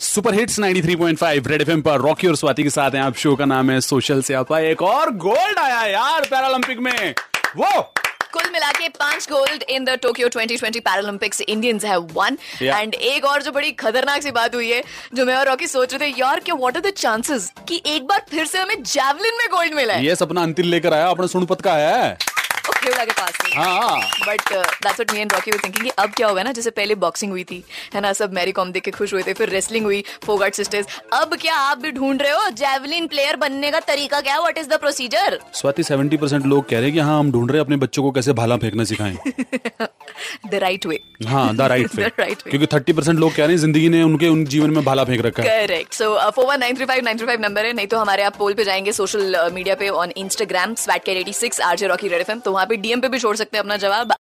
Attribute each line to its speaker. Speaker 1: Super hits 93.5 red FM पर रॉकी और स्वाति के साथ हैं आप शो का नाम है सोशल से आपका एक और गोल्ड आया यार पैरालंपिक में वो
Speaker 2: कुल मिला के पांच gold in the Tokyo 2020 Paralympics Indians have one
Speaker 1: Yeah.
Speaker 2: And एक और जो बड़ी खतरनाक सी बात हुई है जो मैं और रॉकी सोच रहे थे यार क्या व्हाट आर द चांसेस कि एक बार फिर से हमें जैवलिन में गोल्ड मिला है
Speaker 1: ये सपना अंतिल लेकर आया अपने सुनपत का है
Speaker 2: ओके वाला के पास नहीं uh,
Speaker 1: हाँ
Speaker 2: but that's what me and Rocky were thinking कि अब क्या होगा ना जैसे पहले बॉक्सिंग हुई थी है ना सब मैरी कॉम देख के खुश हुए थे फिर रेसलिंग हुई फोगाट सिस्टर्स अब क्या आप भी ढूंढ रहे हो जैवलिन प्लेयर बनने का तरीका क्या है what is the procedure
Speaker 1: Swati 70 percent लोग कह रहे हैं कि हाँ हम ढूंढ रहे हैं अपने बच्चों को कैसे भाला फेंकना सिखाएं
Speaker 2: द राइट वे
Speaker 1: हाँ the right way
Speaker 2: The right way.
Speaker 1: क्योंकि 30 परसेंट लोग कह रहे हैं जिंदगी ने उनके उन जीवन में भाला फेंक रखा है
Speaker 2: correct so four one nine three five nine three five number है नहीं तो हमारे आप पोल पे जाएंगे uh, सोशल मीडिया पे on Instagram swat K eighty six RJ Rocky red F तो वहाँ पे डीएम पे भी छोड़ सकते हैं अपना जवाब